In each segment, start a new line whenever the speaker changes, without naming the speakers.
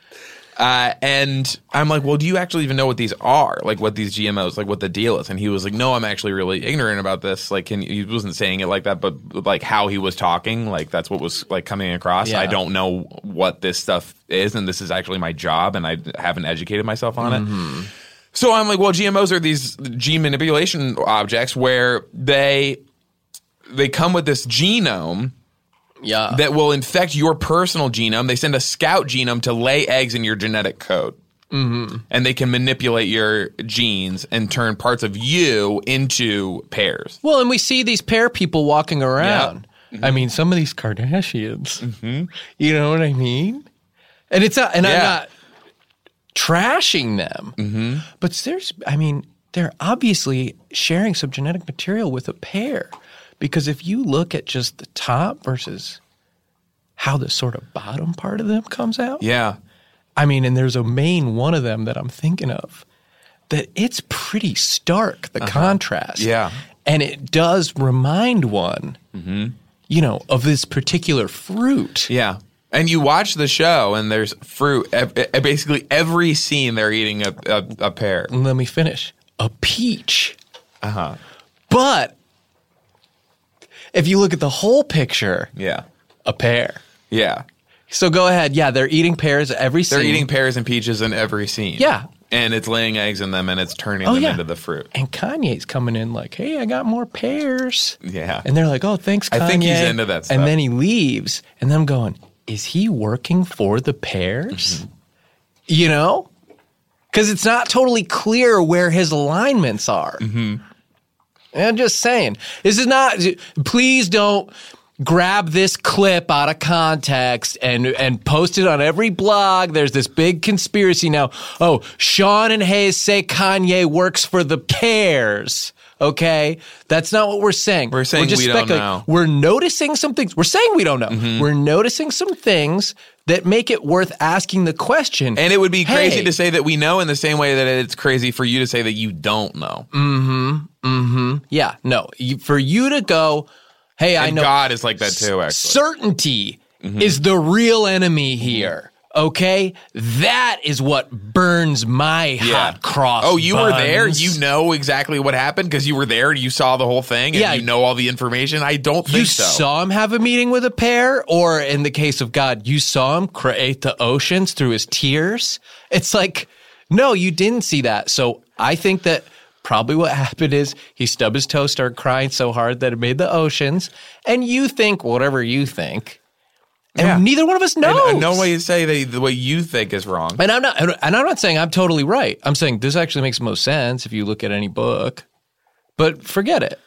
Uh, and I'm like, well, do you actually even know what these are? Like, what these GMOs, like, what the deal is? And he was like, no, I'm actually really ignorant about this. Like, can, he wasn't saying it like that, but like how he was talking, like that's what was like coming across.
Yeah.
I don't know what this stuff is, and this is actually my job, and I haven't educated myself on
Mm-hmm.
it. So I'm like, well, GMOs are these gene manipulation objects where they they come with this genome
Yeah.
that will infect your personal genome. They send a scout genome to lay eggs in your genetic code.
Mm-hmm.
And they can manipulate your genes and turn parts of you into pairs.
Well, and we see these pair people walking around. I mean, some of these Kardashians. You know what I mean? And it's not, and I'm
Yeah.
not trashing them, but there's, I mean, they're obviously sharing some genetic material with a pair, because if you look at just the top versus how the sort of bottom part of them comes out,
Yeah.
I mean, and there's a main one of them that I'm thinking of that it's pretty stark, the contrast.
Uh-huh. Yeah. Mm-hmm.
And it does remind one, you know, of this particular fruit.
Yeah. And you watch the show, and there's fruit. ev- ev- Basically, every scene they're eating a, a, a pear.
And let me finish a peach. Uh huh.
Uh-huh.
But if you look at the whole picture,
Yeah.
a pear.
Yeah.
So go ahead. Yeah, they're eating pears every
They're
scene.
eating pears and peaches in every scene.
Yeah.
And it's laying eggs in them and it's turning
Oh,
them
yeah.
into the fruit.
And Kanye's coming in like, "Hey, I got more pears."
Yeah.
And they're like, "Oh, thanks, Kanye."
I think he's into that stuff.
And then he leaves, and then I'm going, "Is he working for the
Mm-hmm.
pears?" You know, because it's not totally clear where his alignments are.
Mm-hmm.
I'm just saying, this is not. Please don't grab this clip out of context and and post it on every blog. There's this big conspiracy now. Oh, Sean and Hayes say Kanye works for the Pairs. Okay, that's not what we're saying.
We're saying we don't
speculating.
know. Mm-hmm.
We're noticing some things. We're saying we don't know. We're noticing some things that make it worth asking the question.
And it would be crazy
Hey,
to say that we know in the same way that it's crazy for you to say that you don't know.
Yeah, no. You, for you to go, hey, I
And
know.
God is like that too, actually. Mm-hmm.
Certainty is the real enemy here. Okay, that is what burns my hot cross.
Oh, you were there.
buns.
You know exactly what happened because you were there. You saw the whole thing, and
Yeah.
you know all the information. I don't think
You
so.
saw him have a meeting with a pair, or in the case of God, you saw him create the oceans through his tears. It's like, no, you didn't see that. So I think that probably what happened is he stubbed his toe, started crying so hard that it made the oceans. And you think whatever you think. And
Yeah.
neither one of us
And,
knows.
and no way to say that the way you think is wrong.
And I'm not, and I'm not saying I'm totally right. I'm saying this actually makes the most sense if you look at any book, but forget it.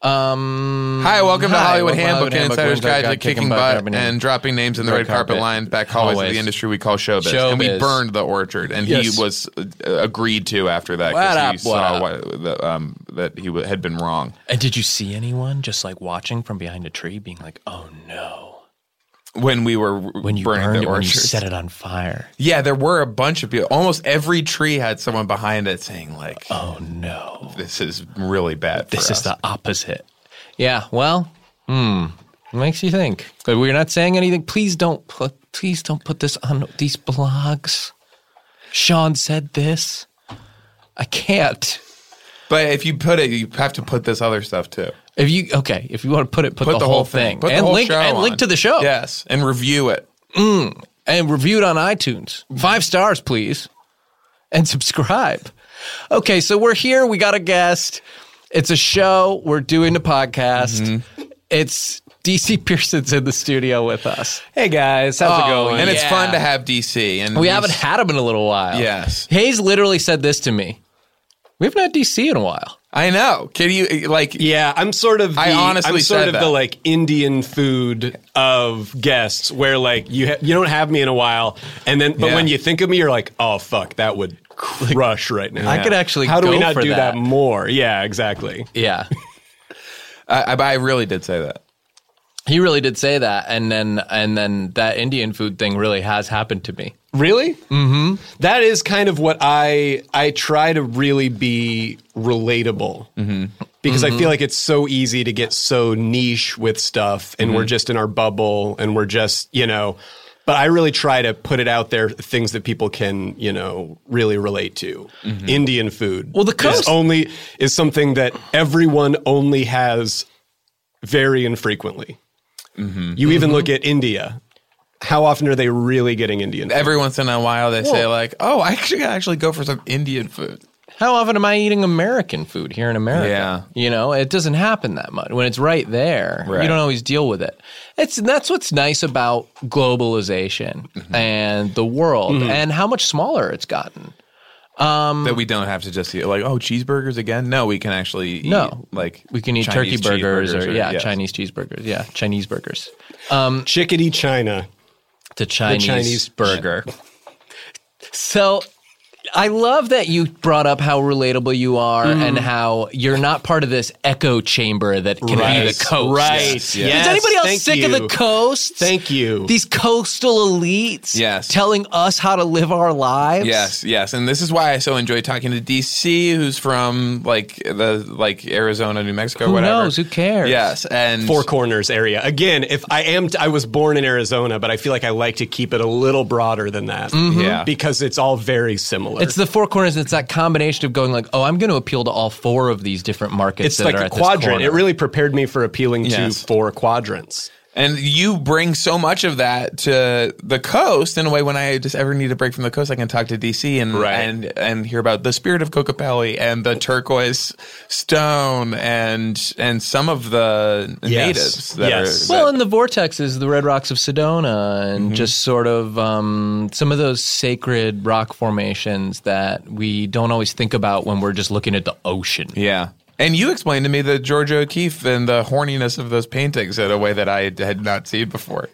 Um,
Hi, welcome to
hi,
Hollywood
welcome to
Handbook, an
Handbook,
insider's
Handbook,
guide to
Handbook,
kicking
Handbook,
butt
Handbook,
and dropping names in the red
Red
carpet,
carpet.
line back hallways of
Always.
the industry we call showbiz. And we
Showbiz.
burned the orchard, and
Yes.
he was uh, agreed to after that
What
he
up, what
saw
up?
what- that, um, that he w- had been wrong.
And did you see anyone just like watching from behind a tree, being like, "Oh no!"
When we were
When you
burning
burned
the
it, when you
orchard,
set it on fire.
yeah, there were a bunch of people. Almost every tree had someone behind it saying, "Like,
Oh no!
this is really bad." for
This is
us.
the opposite. Yeah. Well, hmm. Makes you think. But we're not saying anything. Please don't put. Please don't put this on these blogs. Sean said this. I can't.
But if you put it, you have to put this other stuff too.
If you okay, if you want to put it, put,
Put
the, whole thing,
Put
and
the whole
link
show
and
on.
link to the show.
Yes, and review it.
and review it on iTunes. Five stars, please. And subscribe. Okay, so we're here. We got a guest. It's a show. We're doing a podcast. It's DC Pearson's in the studio with us.
Hey guys, how's
Oh,
it going?
And it's
Yeah.
fun to have DC. And
We
he's-
haven't had him in a little while.
Yes.
Hayes literally said this to me. We haven't had DC in a while.
I know. Can you like?
Yeah, I'm sort of. The,
I honestly
am sort
said
of
that.
the like Indian food of guests, where like you ha- you don't have me in a while, and then but
Yeah.
when you think of me, you're like, oh fuck, that would crush right now.
I could actually
How do we
go
not
for
do
that.
that. more? Yeah, exactly.
Yeah.
I, I, I really did say that.
he really did say that. And then and then that Indian food thing really has happened to me.
Really? Mm-hmm. is kind of what I I try to really be relatable.
Mm-hmm.
Because I feel like it's so easy to get so niche with stuff and
Mm-hmm.
we're just in our bubble and we're just, you know, but I really try to put it out there things that people can, you know, really relate to. Indian food.
Mm-hmm. Well, the coast-
is only is something that everyone only has very infrequently.
Mm-hmm.
You even look at India. How often are they really getting Indian? food?
Every once in a while, they say like, "Oh, I actually gotta actually go for some Indian food."
how often am I eating American food here in America?
Yeah.
You know, it doesn't happen that much. When it's right there,
Right.
you don't always deal with it. It's that's what's nice about globalization
Mm-hmm.
and the world and how much smaller it's gotten.
that we don't have to just eat like, "Oh, cheeseburgers again." No, we can actually eat,
No.
like
We can eat
Chinese
turkey burgers
cheeseburgers
or, yeah,
yes.
Chinese cheeseburgers. Yeah, Chinese burgers.
Chickadee China.
The Chinese,
Chinese
burger. so I love that you brought up how relatable you are
Mm-hmm.
and how you're not part of this echo chamber that can be the coast.
Right.
Yes.
Yes.
Yes.
Is anybody else
Thank
sick of
you.
the coast?
Thank you.
These coastal elites
Yes.
telling us how to live our lives.
Yes, yes, and this is why I so enjoy talking to DC, who's from like the like Arizona, New Mexico,
Who
whatever.
knows? Who cares?
Yes, and
Four Corners area. Again, if I am, I was born in Arizona, but I feel like I like to keep it a little broader than that.
Yeah.
Because it's all very similar.
Mm-hmm. It's the four corners. It's that combination of going like, oh, I'm going to appeal to all four of these different markets.
it's
that
like
are
a
at this
quadrant. It
corner.
really prepared me for appealing
Yes.
to four quadrants.
And you bring so much of that to the coast in a way. When I just ever need a break from the coast, I can talk to DC and
Right.
and and hear about the spirit of Cocopelli and the turquoise stone and and some of the
Yes.
natives. That
Yes.
Are,
Well,
that-
and the vortexes, the red rocks of Sedona, and just sort of um, some of those sacred rock formations that we don't always think about when we're just looking at the ocean.
yeah. And you explained to me the Georgia O'Keeffe and the horniness of those paintings in a way that I had not seen before.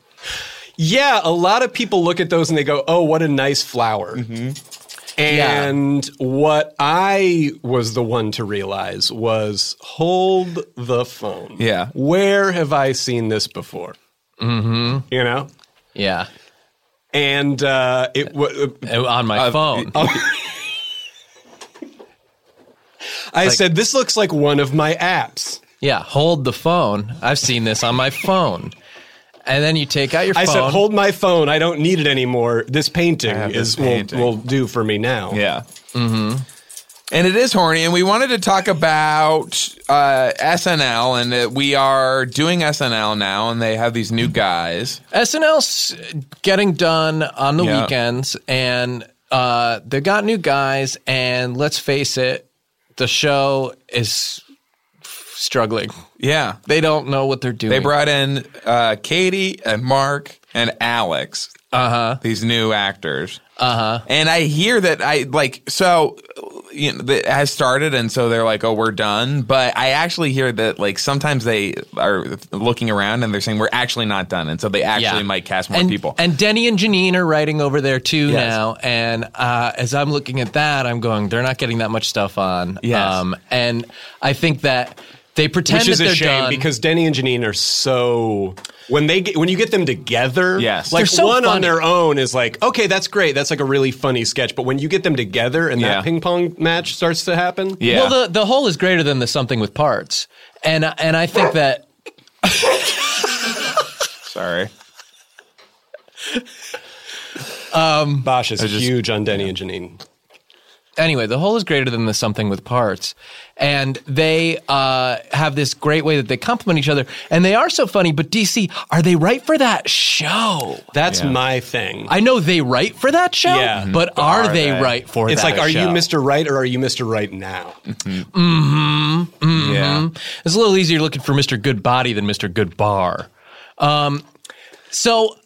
Yeah. A lot of people look at those and they go, oh, what a nice flower.
Mm-hmm.
And what I was the one to realize was hold the phone.
Yeah.
Where have I seen this before? Mm-hmm. You know?
Yeah,
and uh, it w-
Uh, on my phone.
I said this looks like one of my apps.
yeah, hold the phone. I've seen this on my phone. And then you take out your phone.
I said, "Hold my phone. I don't need it anymore. This painting
have this
is
painting."
Will, will do for me now."
Yeah. Mm-hmm. And it is horny, and we wanted to talk about uh, SNL, and that we are doing SNL now, and they have these new guys.
SNL's getting done on the
Yeah.
weekends, and uh, they got new guys. And let's face it, the show is struggling.
Yeah,
They don't know what they're doing.
they brought in uh, Katie and Mark and Alex.
Uh-huh.
Uh huh. These new actors. Uh huh. And I hear that I like so. you know, that has started, and so they're like, "Oh, we're done." But I actually hear that like sometimes they are looking around and they're saying, "We're actually not done," and so they actually might cast more
and,
people.
And Denny and Janine are writing over there too
Yes.
now. And uh, as I'm looking at that, I'm going, they're not getting that much stuff on. Um,
Yes.
and I think that they pretend
Which is
that
a
they're
shame
done.
because Denny and Janine are so when they get, when you get them together,
Yes.
like
They're so
one on
funny.
their own is like okay, that's great, that's like a really funny sketch. But when you get them together and
Yeah.
that ping pong match starts to happen,
yeah.
Well, the the whole is greater than the something with parts, and and I think that
Sorry.
Bosch is
I just-
huge on Denny and Janine.
anyway, the whole is greater than the something with parts, and they uh, have this great way that they complement each other, and they are so funny. But DC, are they right for that show?
That's
Yeah.
my thing.
I know they right for that show,
Yeah.
Mm-hmm. but are, they, right for
it's
that
like, are you
show?
Mr. Right or are you Mr. Right now?
Yeah.
Mm-hmm. It's a little easier looking for Mr. Good Body than Mr. Good Bar. Um, so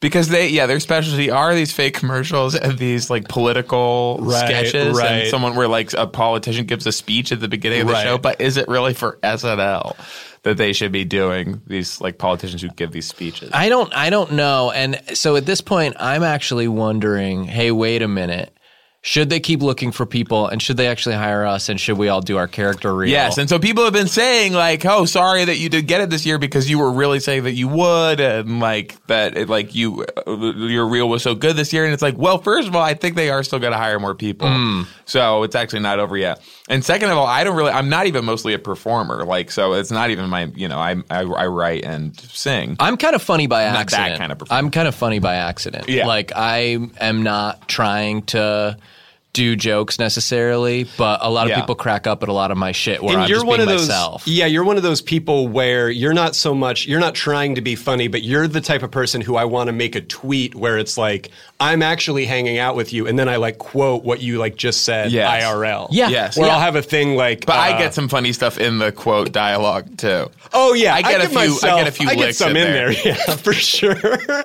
Because they, yeah, their specialty are these fake commercials and these like political
Right,
sketches, and
right.
someone where like a politician gives a speech at the beginning of the
Right.
show. But is it really for SNL that they should be doing these like politicians who give these speeches?
I don't I don't know. And so at this point I'm actually wondering, hey, wait a minute. Should they keep looking for people and should they actually hire us and should we all do our character reel?
Yes, and so people have been saying like, "Oh, sorry that you did get it this year because you were really saying that you would, and like that, it, like you, uh, your reel was so good this year." And it's like, well, first of all, I think they are still going to hire more people, so it's actually not over yet. And second of all, I don't really, I'm not even mostly a performer, like so it's not even my, you know, I I, I write and sing.
I'm kind of funny by
that
accident.
kind of performer.
I'm kind of funny by accident.
Yeah.
Like I am not trying to do jokes necessarily, but a lot of
Yeah.
people crack up at a lot of my shit where I'm just being myself.
those. Yeah, you're one of those people where you're not so much you're not trying to be funny, but you're the type of person who I want to make a tweet where it's like I'm actually hanging out with you, and then I like quote what you like just said
Yes.
IRL.
Yeah.
Yes.
Or
Yeah.
I'll have a thing like.
But I
uh,
get some funny stuff in the quote dialogue too.
Oh yeah,
I get a
give
few- I get a few
I get
licks
some
in
in
there.
there. yeah, for sure.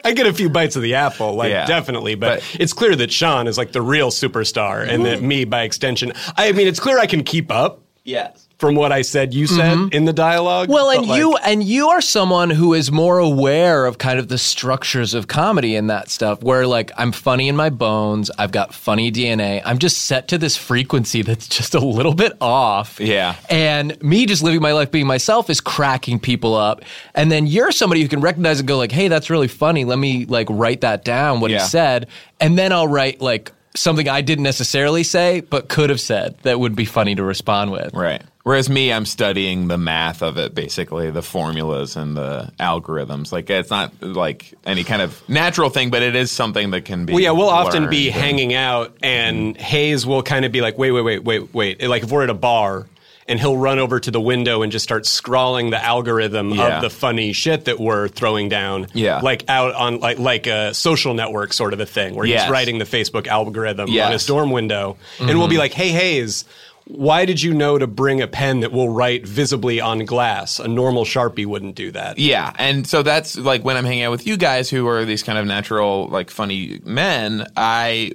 I get a few bites of the apple, like
Yeah.
definitely. But,
But-
it's clear that Sean is like the real superstar, and that me, by extension, I mean, it's clear I can keep up. Yes. From what I said, you said
Mm-hmm.
in the dialogue.
Well, and
but, like,
you and you are someone who is more aware of kind of the structures of comedy and that stuff. Where like I'm funny in my bones, I've got funny DNA. I'm just set to this frequency that's just a little bit off.
Yeah.
And me just living my life being myself is cracking people up. And then you're somebody who can recognize and go like, "Hey, that's really funny. Let me like write that down what
Yeah.
he said." And then I'll write like something I didn't necessarily say but could have said that would be funny to respond with.
Right. Whereas me, I'm studying the math of it, basically the formulas and the algorithms. Like it's not like any kind of natural thing, but it is something that can be.
Well, yeah, we'll often be
learned.
hanging out, and Hayes will kind of be like, wait, wait, wait, wait, wait. Like if we're at a bar, and he'll run over to the window and just start scrawling the algorithm
Yeah.
of the funny shit that we're throwing down.
Yeah.
like out on like like a social network sort of a thing where
Yes.
he's writing the Facebook algorithm
Yes. Mm-hmm.
on his dorm window, and we'll be like, hey, Hayes. Why did you know to bring a pen that will write visibly on glass? A normal Sharpie wouldn't do that.
Yeah, and so that's like when I'm hanging out with you guys, who are these kind of natural, like funny men. I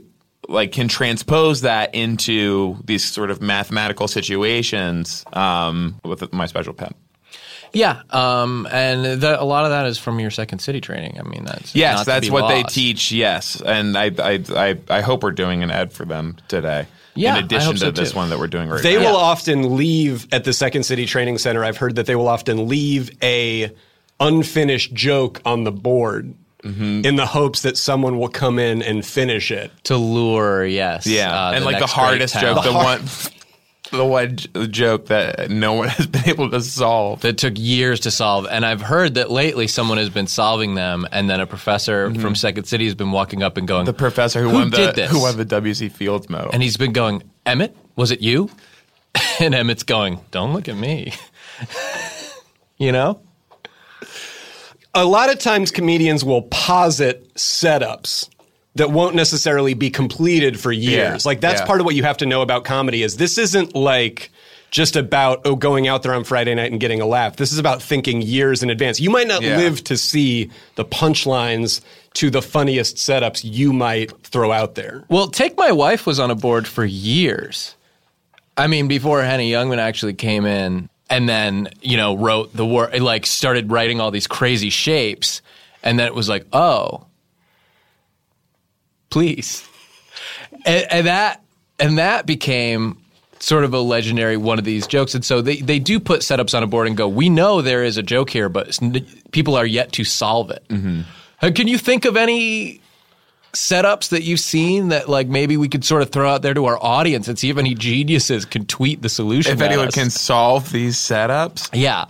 like can transpose that into these sort of mathematical situations um, with my special pen.
Yeah, um, and the, a lot of that is from your second city training. I mean, that's not
Yes,
to
that's
be
what they
lost.
teach. Yes, and I, I I I hope we're doing an ad for them today.
Yeah, I
in addition
hope
to
so,
this
too.
one that we're doing right
They
now.
will often leave at the Second City Training Center. I've heard that they will often leave a unfinished joke on the board in the hopes that someone will come in and finish it.
to lure. Yes,
Yeah,
uh,
and like the
next
hardest
great talent
joke, the one, the one j- joke that no one has been able to solve.
that took years to solve. And I've heard that lately someone has been solving them, and then a professor from Second City has been walking up and going,
Mm-hmm. The professor who,
Who
won the
did this?
who won the WC Fields medal.
and he's been going, Emmett, was it you? and Emmett's going, don't look at me. you know,
A lot of times, comedians will posit setups that won't necessarily be completed for years.
Yeah,
Like that's
yeah.
part of what you have to know about comedy is this isn't like just about oh going out there on Friday night and getting a laugh. This is about thinking years in advance. You might not
Yeah.
live to see the punchlines to the funniest setups you might throw out there.
well, take my wife was on a board for years. I mean, before Henny Youngman actually came in and then, you know, wrote the word, like started writing all these crazy shapes. And then it was like, oh, please. And, and that, and that became sort of a legendary one of these jokes. And so they, they do put setups on a board and go, we know there is a joke here, but it's n- people are yet to solve it.
Mm-hmm.
Uh, Can you think of any setups that you've seen that like maybe we could sort of throw out there to our audience and see if any geniuses can tweet the solution?
If
at
anyone
us?
can solve these setups,
yeah,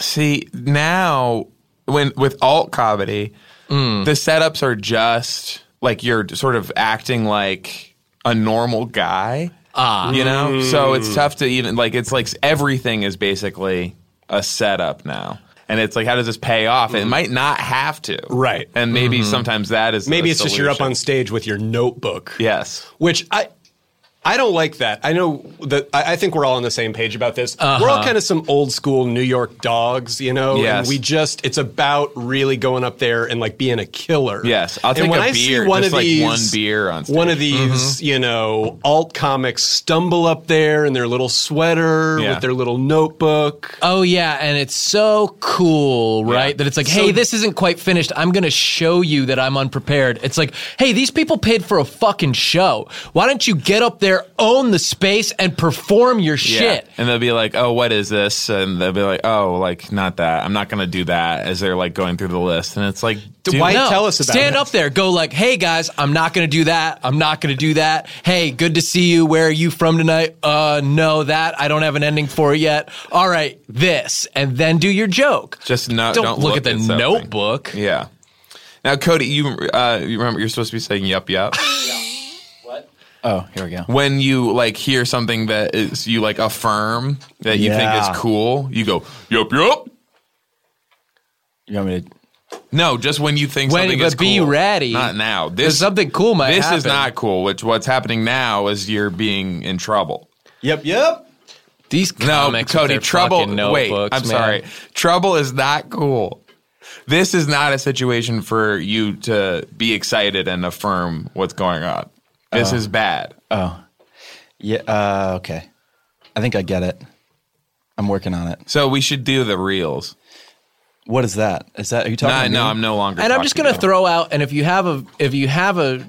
see now when with alt comedy,
Mm.
the setups are just like you're sort of acting like a normal guy. Ah, you know,
Mm.
so it's tough to even like. It's like everything is basically a setup now. And it's like, how does this pay off? It might not have to,
Mm. Right. Mm-hmm.
And maybe sometimes that is the
Maybe it's just you're up
solution.
on stage with your notebook.
Yes,
Which I I don't like that. I know that I, I think we're all on the same page about this. We're all kind of some old school New York dogs, you know?
Uh-huh. Yes.
And we just it's about really going up there and like being a killer.
Yes, I'll
And
take
when
a
I
beer,
see one
just
of
like
these
one beer on stage. Mm-hmm.
one of these, you know, alt comics stumble up there in their little sweater
Yeah.
with their little notebook.
oh yeah, and it's so cool, right?
Yeah.
That it's like, hey, this isn't quite finished. I'm gonna show you that I'm unprepared. It's like, hey, these people paid for a fucking show. Why don't you get up there, own the space, and perform your shit?
And they'll be like, "Oh, what is this?" And they'll be like, "Oh, like not that. I'm not gonna do that." As they're like going through the list, and it's like, dude,
why- tell us about
stand
it.
up there. Go like, hey guys, I'm not gonna do that. I'm not gonna do that. Hey, good to see you. Where are you from tonight? Uh, no, that I don't have an ending for yet. All right, this, and then do your joke.
just not
don't, look, at the
something.
notebook.
Yeah. Now, Cody, you uh, you remember you're supposed to be saying "yup, yup"
Oh, here we go.
when you like hear something that is you like affirm that you think
Yeah.
is cool. You go "yup, yup."
You want me to?
No, just when you think
When-
something
but
is cool.
be ready.
Not now.
There's
This
something cool might
This is
happen.
not cool. Which what's happening now is you're being in trouble.
Yep, yep.
These
No,
comics, with
Cody,
their
trouble.
fucking
Wait, I'm
notebooks, man.
sorry. Trouble is not cool. This is not a situation for you to be excited and affirm what's going on.
Uh-huh.
This is bad.
Yeah. Uh, okay. I think I get it. I'm working on it.
So we should do the reels.
What is that? Is that are you talking?
No,
to me?
no, I'm no longer.
And I'm just gonna
talking
throw out. And if you have a, if you have a.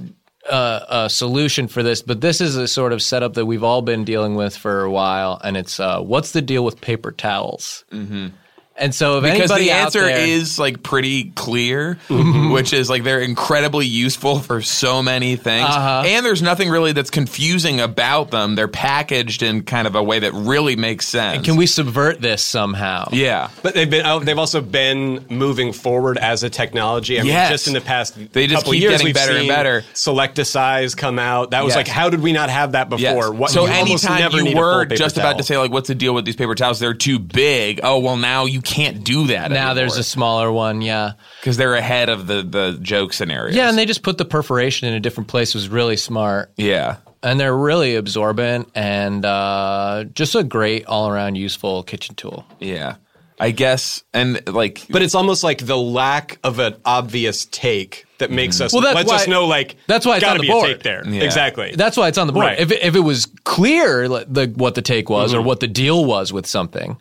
Uh, a solution for this, but this is a sort of setup that we've all been dealing with for a while, and it's uh, what's the deal with paper towels? Mm-hmm. And so, if
because
anybody
the
out
answer
there-
is like pretty clear,
Mm-hmm.
which is like they're incredibly useful for so many things,
Uh-huh.
and there's nothing really that's confusing about them. They're packaged in kind of a way that really makes sense.
Can we subvert this somehow?
Yeah.
But they've been out- they've also been moving forward as a technology. I mean,
Yes.
just in the past
They just
couple
keep
years,
getting
we've
better and
seen
better.
Selecticize come out. That was
Yes.
like, how did we not have that before? What,
so
you almost
anytime
never
you
need a full
were
paper
just about to
towel.
say like, "What's the deal with these paper towels? They're too big." Oh well, now you can't do that.
Now there's a smaller one, yeah.
because they're ahead of the the joke scenario.
Yeah, and they just put the perforation in a different place was really smart.
yeah.
And they're really absorbent and uh, just a great all around useful kitchen tool.
Yeah. I guess and like,
but it's almost like the lack of an obvious take that makes
Mm-hmm.
us
Well, that's
lets
why-
us know like
that's why it's
gotta
on the
be
board.
a take there
Yeah.
exactly.
That's why it's on the board.
Right.
If, it, if it was clear like, the, what the take was or what the deal was with something,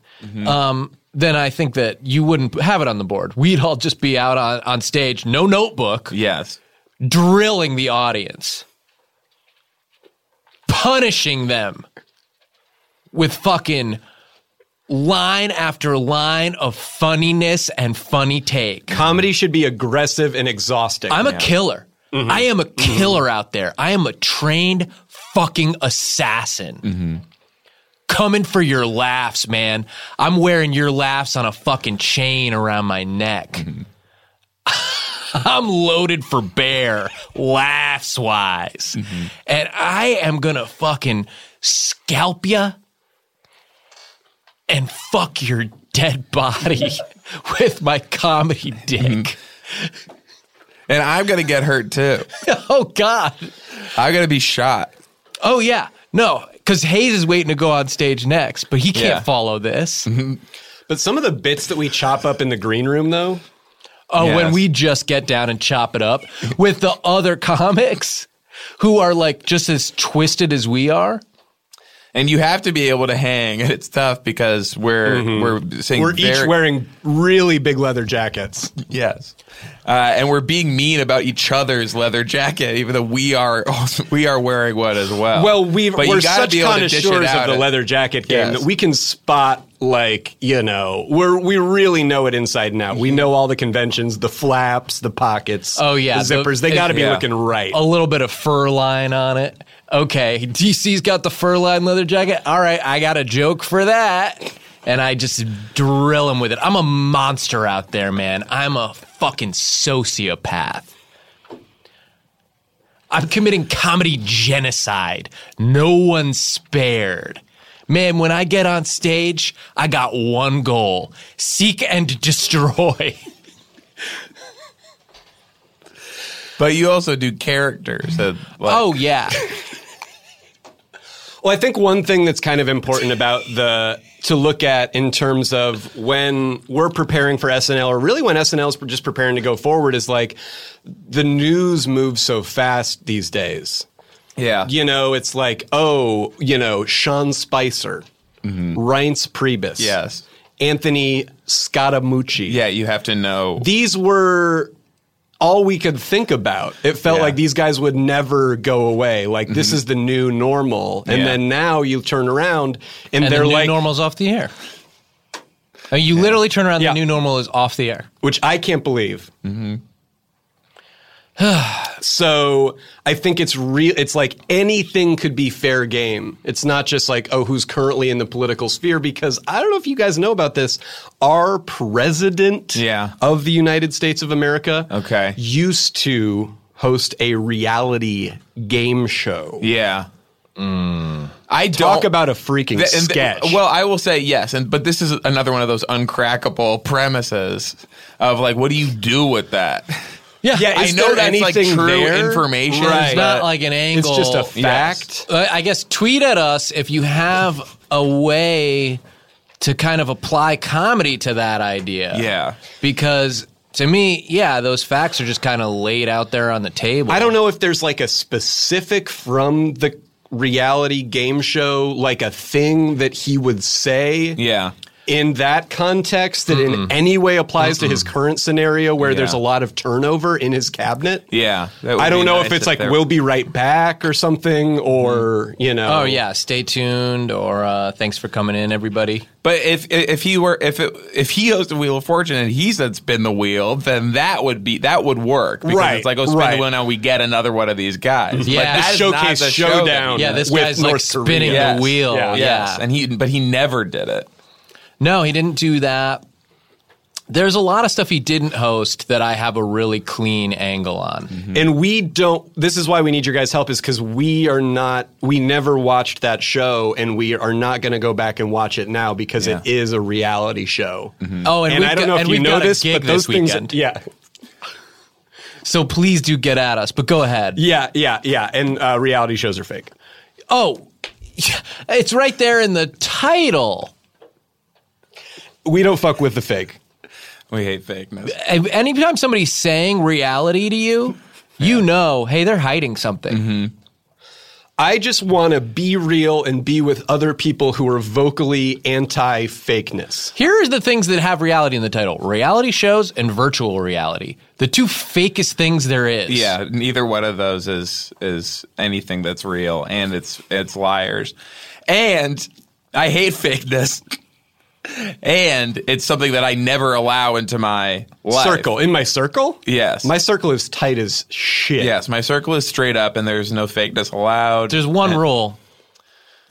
um, then I think that you wouldn't have it on the board. We'd all just be out on, on stage, no notebook,
yes.
drilling the audience, punishing them with fucking line after line of funniness and funny take.
comedy should be aggressive and exhausting.
I'm a killer. I am a killer out there. I am a trained fucking assassin. Coming for your laughs, man. I'm wearing your laughs on a fucking chain around my neck. I'm loaded for bear, laughs wise. And I am going to fucking scalp ya and fuck your dead body with my comedy dick.
And I'm gonna get hurt too.
Oh, God.
I'm gonna be shot.
Oh yeah, no, because Hayes is waiting to go on stage next, but he can't
Yeah. Mm-hmm.
follow this.
but some of the bits that we chop up in the green room though,
Oh, when
Yes.
we just get down and chop it up with the other comics who are like just as twisted as we are.
and you have to be able to hang, and it's tough because we're we're saying
Mm-hmm. We're each
very-
wearing really big leather jackets.
yes, uh, and we're being mean about each other's leather jacket, even though we are we are wearing one as well.
Well, we've,
Oh. But you
we're
gotta
such
be able to dish it
connoisseurs of
out
the
at-
leather jacket game
Yes.
that we can spot, like, you know, we're, we really know it inside and out.
Mm-hmm.
We know all the conventions, the flaps, the pockets,
Oh, yeah,
the
the-
zippers. they
it-
got to be
yeah. Oh.
looking right.
a little bit of fur line on it. Okay, DC's got the fur line leather jacket. All right, I got a joke for that. And I just drill him with it. I'm a monster out there, man. I'm a fucking sociopath. I'm committing comedy genocide. No one's spared. Man, when I get on stage, I got one goal seek and destroy.
but you also do characters. That, like,
Oh, yeah.
Well, I think one thing that's kind of important about the to look at in terms of when we're preparing for SNL, or really when SNL is just preparing to go forward, is like the news moves so fast these days.
yeah,
You know, it's like, oh, you know, Sean Spicer, Reince Priebus,
Yes.
Anthony Scottamucci.
yeah. You have to know.
These were all we could think about. It felt
Yeah. Mm-hmm.
like these guys would never go away. Like this is the new normal. And
Yeah.
then now you turn around and,
and
they're
the new
like
normal's off the air. I mean, you literally turn around,
Yeah.
the new normal is off the air.
which I can't believe.
Mm-hmm.
so I think it's real. It's like anything could be fair game. It's not just like oh, who's currently in the political sphere? Because I don't know if you guys know about this. Our president
Yeah.
of the United States of America,
Okay.
used to host a reality game show.
yeah, I
Mm. Talk
don't-
about a freaking
Th- and th-
sketch.
well, I will say yes, and but this is another one of those uncrackable premises of like, what do you do with that?
yeah,
I
is
know
there
that's like
anything
true
there?
information.
It's not
but-
like an angle.
It's just a
Yeah.
fact.
Uh, I guess tweet at us if you have a way to kind of apply comedy to that idea.
Yeah.
Because to me, yeah, those facts are just kind of laid out there on the table.
I don't know if there's like a specific from the reality game show, like a thing that he would say
yeah, Mm-hmm.
in that context that in any way applies to his current scenario where there's a
Yeah.
lot of turnover in his cabinet.
yeah. That would be
I don't know
nice
if it's like
there- Mm-hmm.
we'll be right back or something or, you know.
Oh, yeah. Stay tuned or uh, thanks for coming in, everybody.
But if if he were if it, if he hosted Wheel of Fortune and he said spin the wheel, then that would be that would work because
Right,
it's like oh spin
right.
the wheel now we get another one of these guys.
Yeah.
But that
The
is not
showcase
the show
showdown.
that-
Yeah, this
With
guy's like
North Korea.
spinning
Yes.
the wheel.
Yeah.
Yeah.
Yes, and he but he never did it.
No, he didn't do that. There's a lot of stuff he didn't host that I have a really clean angle on.
Mm-hmm. And we don't. This is why we need your guys' help, is because we are not. We never watched that show, and we are not going to go back and watch it now because it
Yeah.
is a reality show.
Oh, and,
And,
we've
I don't
got-
know if
and
you
we've
know
got a
this,
gig
but those
this
things.
weekend.
Yeah,
So please do get at us, but go ahead.
yeah, yeah, yeah. And uh, reality shows are fake.
Oh, yeah, it's right there in the title.
We don't fuck with the fake.
We hate fakeness.
If- Anytime somebody's saying reality to you, you know, hey, they're hiding something.
Mm-hmm. I just want to be real and be with other people who are vocally anti fakeness.
Here are the things that have reality in the title reality shows and virtual reality. The two fakest things there is.
Yeah, neither one of those is is anything that's real, and it's it's liars, and I hate fakeness, and it's something that I never allow into my life.
Circle in my circle.
Yes.
my circle is tight as shit.
Yes, my circle is straight up, and there's no fakeness allowed.
There's one rule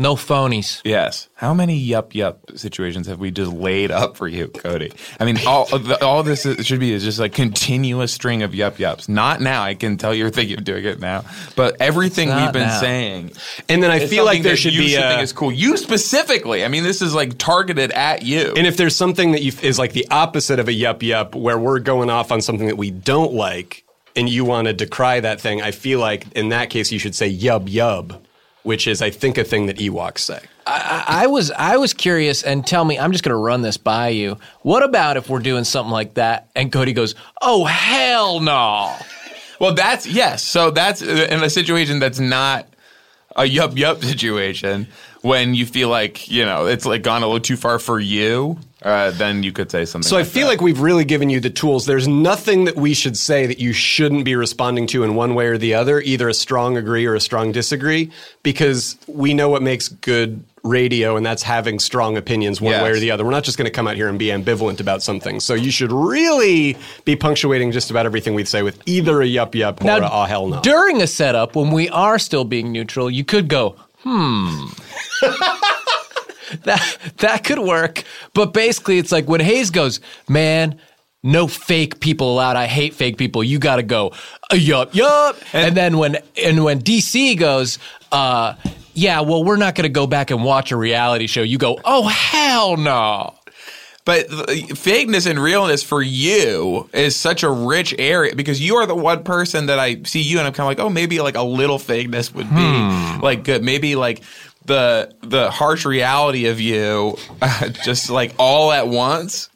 no phonies.
Yes. How many yup yup situations have we just laid up for you, Cody? I mean, all the, all this is, should be is just a continuous string of yup yups. Not now. I can tell you're thinking of doing it now, but everything
It's not
we've been
now.
saying
and then I
It's
feel like
something
there
that
should
you
be a.
think is cool. You specifically. I mean, this is like targeted at you.
And if there's something that you is like the opposite of a yup yup, where we're going off on something that we don't like, and you want to decry that thing, I feel like in that case you should say yub yub, which is I think a thing that Ewoks say.
I was I was curious and tell me I'm just going to run this by you. What about if we're doing something like that and Cody goes, "Oh hell no."
well, that's yes. So that's uh, in a situation that's not a yup yup situation when you feel like you know it's like gone a little too far for you, uh, then you could say something.
So I
like
feel
that.
like we've really given you the tools. There's nothing that we should say that you shouldn't be responding to in one way or the other, either a strong agree or a strong disagree, because we know what makes good radio, and that's having strong opinions one
Yes.
way or the other. We're not just going to come out here and be ambivalent about something. So you should really be punctuating just about everything we say with either a yup yup or a
Now,
ah hell no.
During a setup, when we are still being neutral, you could go, hmm. that that could work. But basically it's like when Hayes goes, man, no fake people allowed. I hate fake people. You gotta go, uh, yup, yup. And, then when and when DC goes, uh, yeah, well, we're not gonna go back and watch a reality show. You go, oh hell no.
But the- fakeness and realness for you is such a rich area because you are the one person that I see you and I'm kind of like, oh, maybe like a little fakeness would be
Hmm.
like good. Maybe like the the harsh reality of you, uh, just like all at once,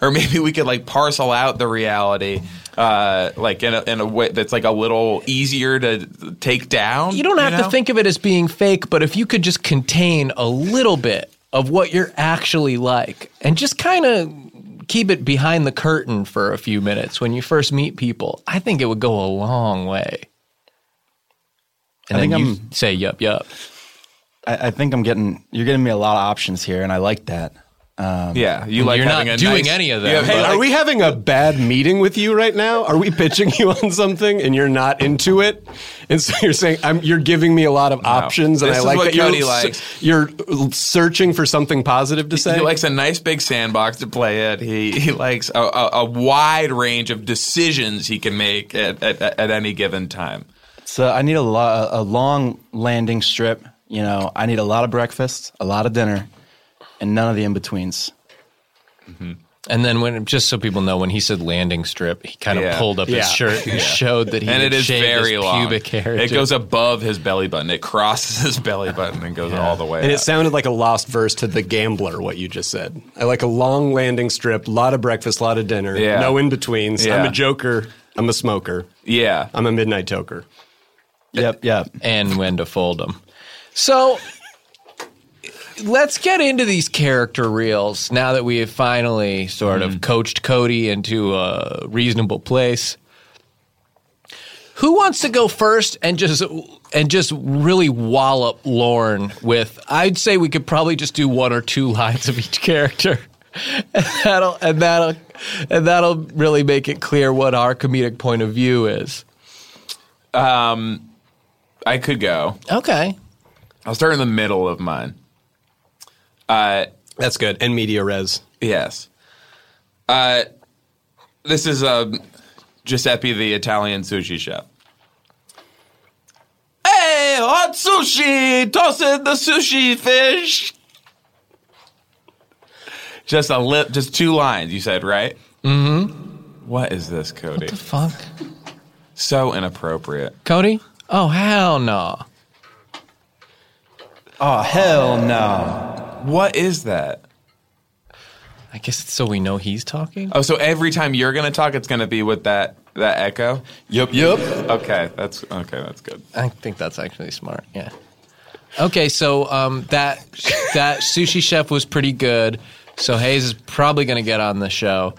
or maybe we could like parcel out the reality, uh, like in a, in a way that's like a little easier to take down.
You don't have
know?
to think of it as being fake, but if you could just contain a little bit of what you're actually like and just kind of keep it behind the curtain for a few minutes when you first meet people, I think it would go a long way. And
I
then
think
you
I'm-
say, yup, yup.
I, I think I'm getting you're giving me a lot of options here, and I like that.
Yeah, you like
You're
having
not
a
doing
nice-
any of
you
that,
have-
but-
Hey, are we having a bad meeting with you right now? Are we pitching you on something and you're not into it? And so you're saying I'm, you're giving me a lot of options, and
This
I
is
like
what
that you're,
Cody likes.
you're searching for something positive to say.
He likes a nice big sandbox to play at. He he likes a, a, a wide range of decisions he can make at, at, at any given time.
So I need a lo- a long landing strip. You know, I need a lot of breakfast, a lot of dinner, and none of the in betweens.
And then when, just so people know, when he said landing strip, he kind of
Yeah.
pulled up
Yeah.
his shirt and showed that he
and
had
it is
shaved his
very long.
pubic hair.
It
to-
goes above his belly button. It crosses his belly button and goes all the way.
and
up.
it sounded like a lost verse to the gambler, what you just said. I like a long landing strip, lot of breakfast, lot of dinner,
Yeah.
no in betweens. I'm
Yeah.
a joker. I'm a smoker.
yeah.
I'm a midnight toker.
Yep, yep.
and when to fold them. So let's get into these character reels now that we have finally sort of coached Cody into a reasonable place. Who wants to go first and just and just really wallop Lorne with? I'd say we could probably just do one or two lines of each character. And that'll and that'll and that'll really make it clear what our comedic point of view is.
I could go.
Okay.
I'll start in the middle of mine. Uh,
That's good. And media res.
Yes. Uh, this is um, Giuseppe, the Italian sushi chef. Hey, hot sushi! Tossing the sushi fish. Just a lip, just two lines. You said right. Mm-hmm. What is this, Cody?
Fuck.
so inappropriate.
Cody? Oh hell no!
Oh hell no!
What is that?
I guess it's so we know he's talking.
Oh, so every time you're gonna talk, it's gonna be with that that echo.
Yep, yep.
Okay, that's okay. That's good.
I think that's actually smart. Yeah. Okay, so um, that that sushi chef was pretty good. So Hayes is probably going to get on the show.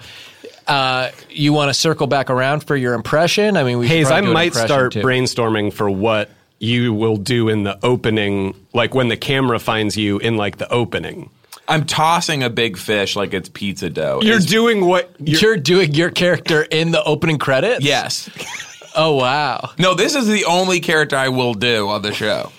Uh, you want to circle back around for your impression? I mean, we should
Hayes,
probably
I
do an
might
impression,
start
too.
brainstorming for what you will do in the opening, like when the camera finds you in like the opening.
I'm tossing a big fish like it's pizza dough.
You're
It's-
doing what
You're,
you're,
doing your character in the opening credits.
yes.
Oh wow.
No, this is the only character I will do on the show.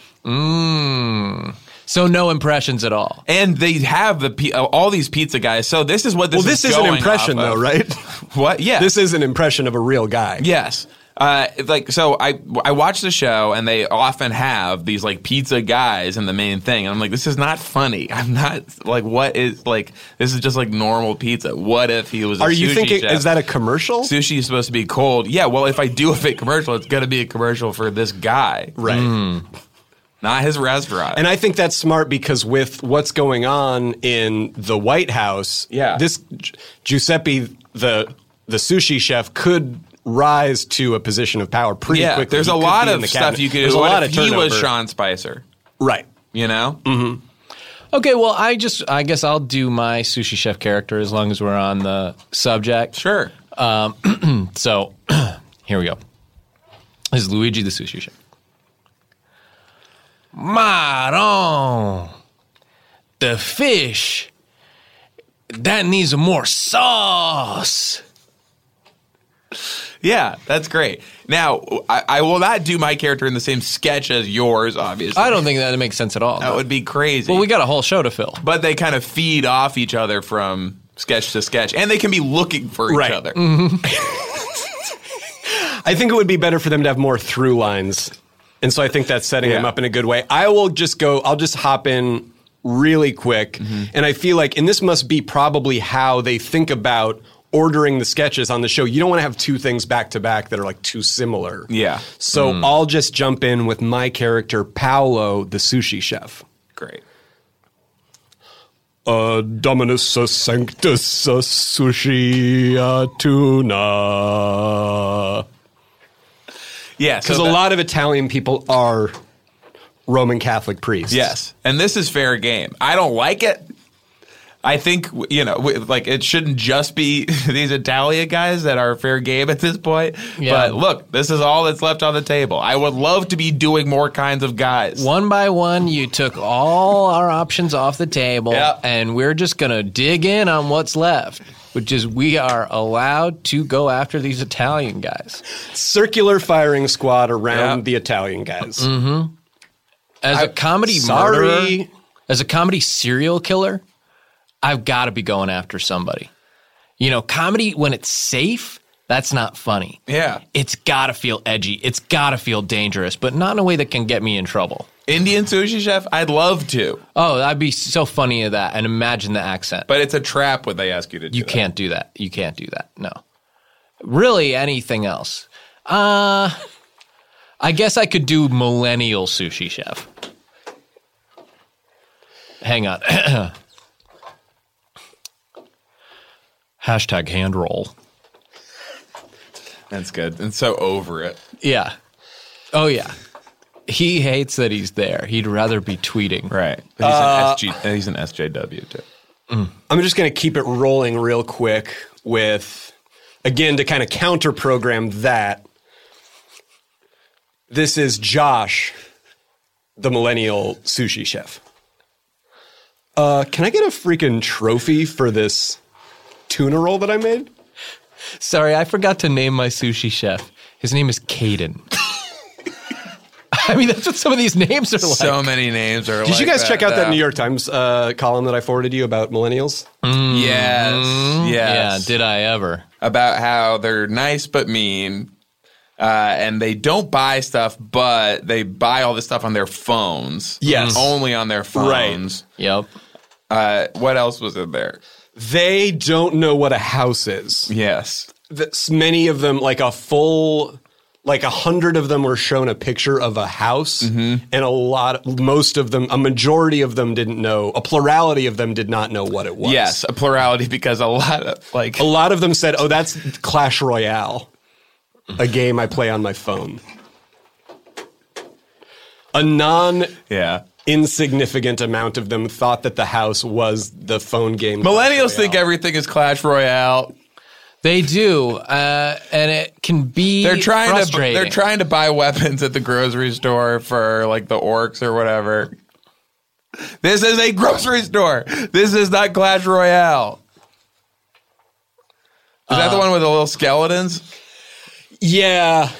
So no impressions at all.
And they have the pi- uh, all these pizza guys. So this is what this
Well, this is, an
going
impression
off of.
though, right?
What? Yeah.
This is an impression of a real guy.
Yes. Uh, like so, I I watch the show and they often have these like pizza guys in the main thing, and I'm like, this is not funny. I'm not like, what is like? This is just like normal pizza. What if he was? A
Are you
sushi
thinking
chef?
is that a commercial?
sushi is supposed to be cold? Yeah. Well, if I do a fake commercial, it's gonna be a commercial for this guy,
Right.
Mm. not his restaurant.
And I think that's smart because with what's going on in the White House,
Yeah.
this Gi- Giuseppe the the sushi chef could rise to a position of power pretty
yeah,
quickly.
there's
He
a
could
lot
be in
of
the
stuff
cabinet.
you could.
There's a
what
lot
if
of
he was
turnover. Mm-hmm.
Sean Spicer,
Right.
you know.
Okay, well, I just I guess I'll do my sushi chef character as long as we're on the subject.
Sure.
So, here we go. This is Luigi the sushi chef. Maron, the fish that needs more sauce.
Yeah, that's great. Now, I, I will not do my character in the same sketch as yours. Obviously,
I don't think that makes sense at all.
that would be crazy.
well, we got a whole show to fill.
but they kind of feed off each other from sketch to sketch, and they can be looking for each
Right. Mm-hmm.
other.
I think it would be better for them to have more through lines. And so I think that's setting them
Yeah.
up in a good way. I will just go, I'll just hop in really quick. And I feel like, and this must be probably how they think about ordering the sketches on the show. You don't want to have two things back to back that are like too similar.
Yeah.
So I'll just jump in with my character, Paolo, the sushi chef.
Great.
Uh, Dominus uh, Sanctus uh, Sushi uh, Tuna.
Yeah, so
Because a
that-
lot of Italian people are Roman Catholic priests.
Yes, and this is fair game. I don't like it. I think you know, we- like it shouldn't just be these Italia guys that are fair game at this point.
Yeah.
But look, this is all that's left on the table. I would love to be doing more kinds of guys.
One by one, you took all our options off the table,
Yeah.
and we're just going to dig in on what's left, which is we are allowed to go after these Italian guys.
Circular firing squad around
Yeah. Mm-hmm.
the Italian guys.
As a comedy
sorry.
murderer, as a comedy serial killer, I've got to be going after somebody. You know, comedy, when it's safe, that's not funny.
Yeah,
It's got to feel edgy. It's got to feel dangerous, but not in a way that can get me in trouble.
Indian sushi chef. I'd love to,
Oh, I'd be so funny of that. And imagine the accent.
but it's a trap when they ask you to. do
You
that.
can't do that. You can't do that. No. Really, anything else? Uh, I guess I could do millennial sushi chef. Hang on. Hashtag hand roll.
That's good. And so over it.
Yeah. Oh, yeah. He hates that he's there. He'd rather be tweeting.
Right. But
Uh,
he's an SG. He's an SJW too.
I'm just going to keep it rolling real quick with, again, to kind of counter program that. This is Josh, the millennial sushi chef. Uh, can I get a freaking trophy for this tuna roll that I made?
Sorry, I forgot to name my sushi chef. His name is Caden. I mean, that's what some of these names are like.
so many names are.
Did you guys check out that New York Times uh, column that I forwarded you about millennials?
Yes.
Mm-hmm. yeah,
Yes.
did I ever?
about how they're nice but mean, uh, and they don't buy stuff, but they buy all this stuff on their phones.
Yes.
only on their phones.
Yep.
Uh, what else was in there?
They don't know what a house is.
Yes,
That's many of them, like a full, like a hundred of them were shown a picture of a house, and a lot, most of them, a majority of them didn't know. A plurality of them did not know what it was.
yes, a plurality because a lot of like
a lot of them said, "Oh, that's Clash Royale, a game I play on my phone." A non
yeah.
insignificant amount of them thought that the house was the phone game.
Millennials think everything is Clash Royale.
They do, uh, and it can be.
They're trying to
frustrating.
they're trying to buy weapons at the grocery store for like the orcs or whatever. This is a grocery store. This is not Clash Royale. Is that
Uh,
the one with the little skeletons?
Yeah.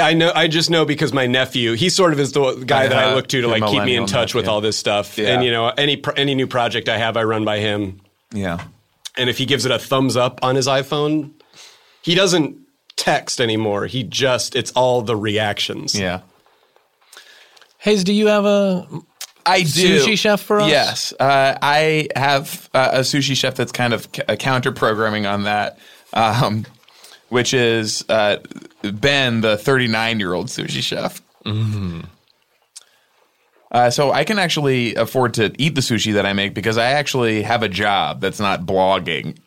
I know. I just know because my nephew, he sort of is the guy that I
Yeah,
look to to
your
like keep me in
Uh-huh. millennial
touch with
nephew.
all this stuff.
Yeah.
And you know, any pro- any new project I have, I run by him.
Yeah.
And if he gives it a thumbs up on his iPhone, he doesn't text anymore. He just it's all the reactions.
Yeah.
Hayes, do you have a?
I do.
Sushi chef for us?
Yes. Uh, I have uh, a sushi chef that's kind of c- counter programming on that, um, which is uh, Ben, the 39 year old sushi chef.
Mm-hmm.
Uh, so I can actually afford to eat the sushi that I make because I actually have a job that's not blogging.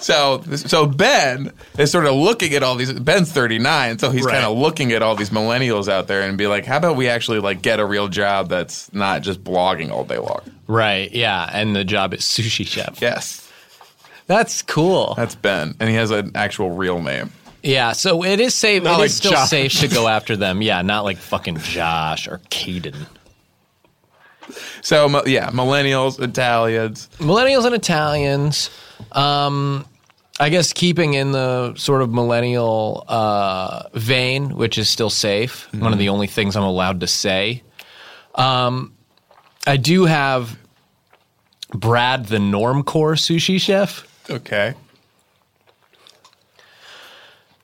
So so Ben is sort of looking at all these. Ben's 39, so he's
Right.
kind of looking at all these millennials out there and be like, how about we actually like get a real job that's not just blogging all day long?
Right. Yeah. And the job is sushi chef.
Yes,
That's cool.
that's Ben, and he has an actual real name.
Yeah. So it is safe. It is
Not like
still
Josh.
safe to go after them. Yeah. Not like fucking Josh or Caden.
So mi- yeah, millennials, Italians.
millennials and Italians. Um, I guess keeping in the sort of millennial uh, vein, which is still safe. One of the only things I'm allowed to say. Um, I do have Brad, the normcore sushi chef.
Okay.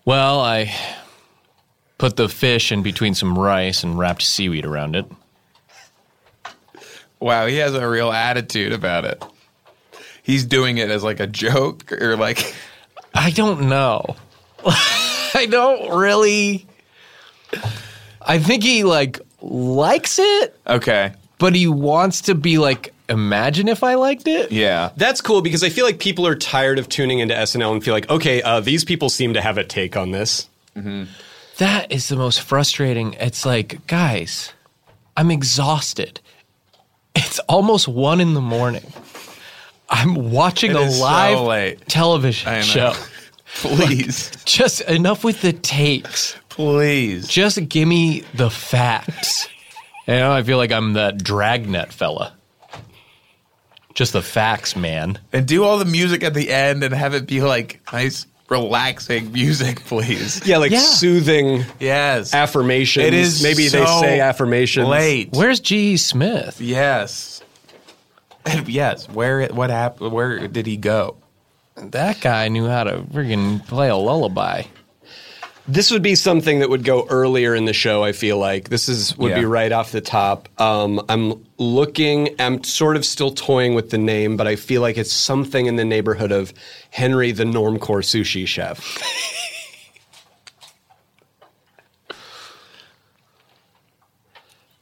Well, I put the fish in between some rice and wrapped seaweed around it.
Wow, he has a real attitude about it. He's doing it as like a joke or like
I don't know. I don't really. I think he like likes it,
okay,
but he wants to be like, imagine if I liked it.
yeah.
That's cool because I feel like people are tired of tuning into SNL and feel like, okay, uh, these people seem to have a take on this.
That is the most frustrating. It's like, guys, I'm exhausted. It's almost one in the morning. I'm watching
It
a
is so
live
late. I know.
television show.
Please,
Just enough with the takes.
please.
just give me the facts. you know, I feel like I'm that dragnet fella. Just the facts, man.
And do all the music at the end and have it be like nice, relaxing music, please.
Yeah, like
Yeah.
soothing
Yes.
affirmations.
It is
Maybe they
so
say affirmations.
Late.
Where's G. Smith?
Yes. And yes. Where? it- What happened? Where did he go?
That guy knew how to friggin' play a lullaby.
This would be something that would go earlier in the show. I feel like this is would be
Yeah.
right off the top. Um, I'm looking. I'm sort of still toying with the name, but I feel like it's something in the neighborhood of Henry the Normcore Sushi Chef.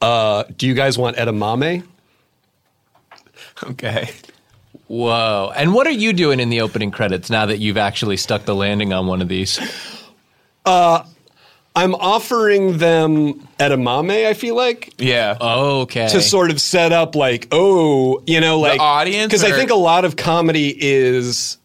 uh, do you guys want edamame?
Okay.
Whoa. And what are you doing in the opening credits now that you've actually stuck the landing on one of these?
I'm offering them edamame. I feel like
Yeah.
Uh, Okay.
to sort of set up like oh you know like
audience
because i
or-
think a lot of comedy is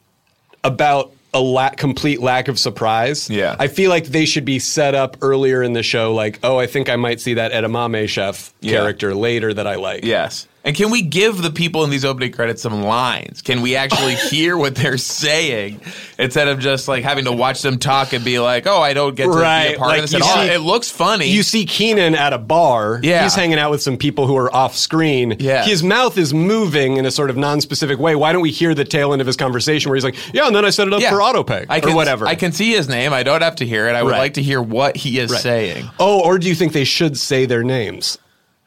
about a la- complete lack of surprise
Yeah.
i feel like they should be set up earlier in the show like oh i think i might see that edamame chef
Yeah.
character later that i like
yes. And can we give the people in these opening credits some lines? Can we actually hear what they're saying instead of just like having to watch them talk and be like, "Oh, I don't get to be
Right,
a part
like,
of this
you
at all."
see-
It looks funny.
you see Keenan at a bar.
Yeah.
He's hanging out with some people who are off screen.
Yeah.
His mouth is moving in a sort of non-specific way. Why don't we hear the tail end of his conversation where he's like, "Yeah, and then I set it up for autopay
I
or
can,
whatever."
I can see his name. I don't have to hear it. I would
Right.
like to hear what he is
Right.
saying.
Oh, or do you think they should say their names?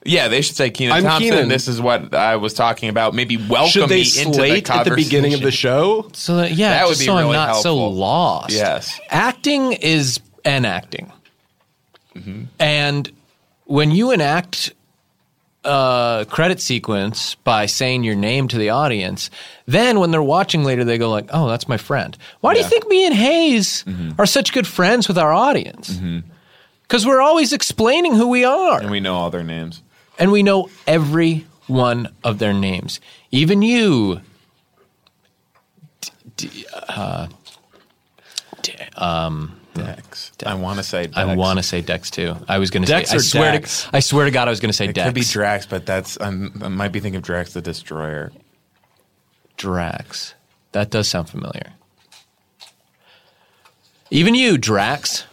Yeah, they should say Keenan
I'm
Thompson.
Kenan.
This is what I was talking about. Maybe welcome
Should
me
they
into the
slate at the
conversation.
beginning of the show?
so that, yeah,
That would
just
be
so I'm
really
not so
helpful.
lost.
Yes.
Acting is enacting.
Mm-hmm.
And when you enact a credit sequence by saying your name to the audience, then when they're watching later, they go like, oh, that's my friend. Why do you think me and Hayes
Mm-hmm.
are such good friends with our audience? Because we're always explaining who we are.
And we know all their names.
And we know every one of their names. Even you. uh,
Dex. I want to say Dex.
I want to say Dex too. I was going to say.
Dex
I
or
swear
Dax?
to. I swear to God, I was going to say
It
Dex.
could be Drax, but that's I'm, I might be thinking of Drax the Destroyer.
Drax. That does sound familiar. Even you, Drax.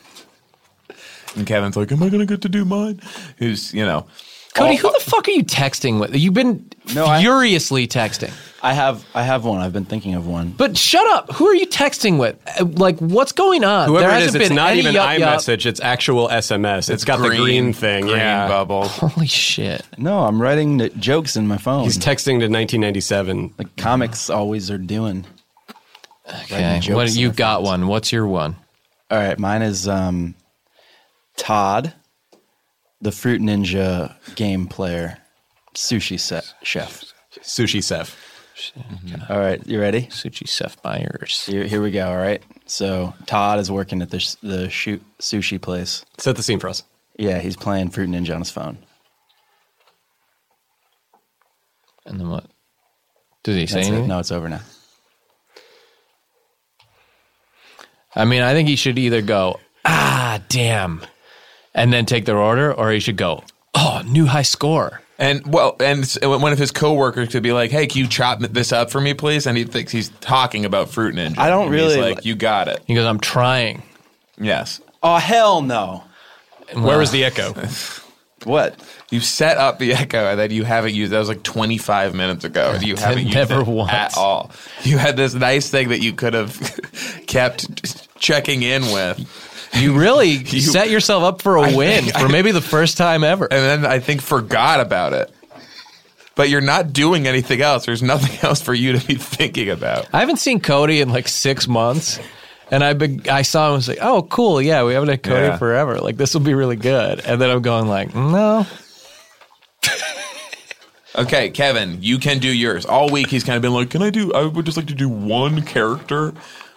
And Kevin's like, "Am I going to get to do mine?" Who's you know?
Cody,
all-
who the fuck are you texting with? You've been
No, I-
furiously texting.
I have I have one. I've been thinking of one.
But shut up. Who are you texting with? Uh, Like, what's going on?
Whoever
there
it
hasn't
is, it's
been
not
any
even
yup, yup.
iMessage. It's actual SMS. it's got the green thing.
green
yeah.
bubble.
Holy shit.
No, I'm writing the jokes in my phone.
He's texting to 1997.
like comics always are doing.
Okay.
jokes
What
in
you
our
got one? What's your one?
All right, mine is um, Todd, the Fruit Ninja game player, sushi set chef.
Sushi Chef.
All right, you ready?
Suchi Seth Meyers.
Here, here we go. All right. So Todd is working at the s- the shoot sushi place.
Set the scene for us.
Yeah, he's playing Fruit Ninja on his phone.
And then what? Does he say
That's it.
anything?
No, it's over now.
I mean, I think he should either go, ah, damn, and then take their order, or he should go, oh, new high score.
And well, and s- one of his coworkers could be like, "Hey, can you chop this up for me, please?" And he thinks he's talking about fruit ninja.
I don't
And he's
really
like.
like-
You got it.
He goes, I'm trying.
Yes.
Oh hell no!
Where was the echo?
What?
You set up the echo and then you haven't used. That was like 25 minutes ago, and you haven't used
Never
it
once.
at all. You had this nice thing that you could have kept checking in with,
You really
You-
set yourself up for a win for maybe the first time ever.
and then I think forgot about it. But you're not doing anything else. There's nothing else for you to be thinking about.
I haven't seen Cody in like six months. And I been, I saw him and was like, oh, cool. Yeah, we haven't had Cody
Yeah.
forever. Like, this will be really good. And then I'm going like, no.
Okay, Kevin, you can do yours. All week he's kind of been like, "Can I do? I would just like to do one character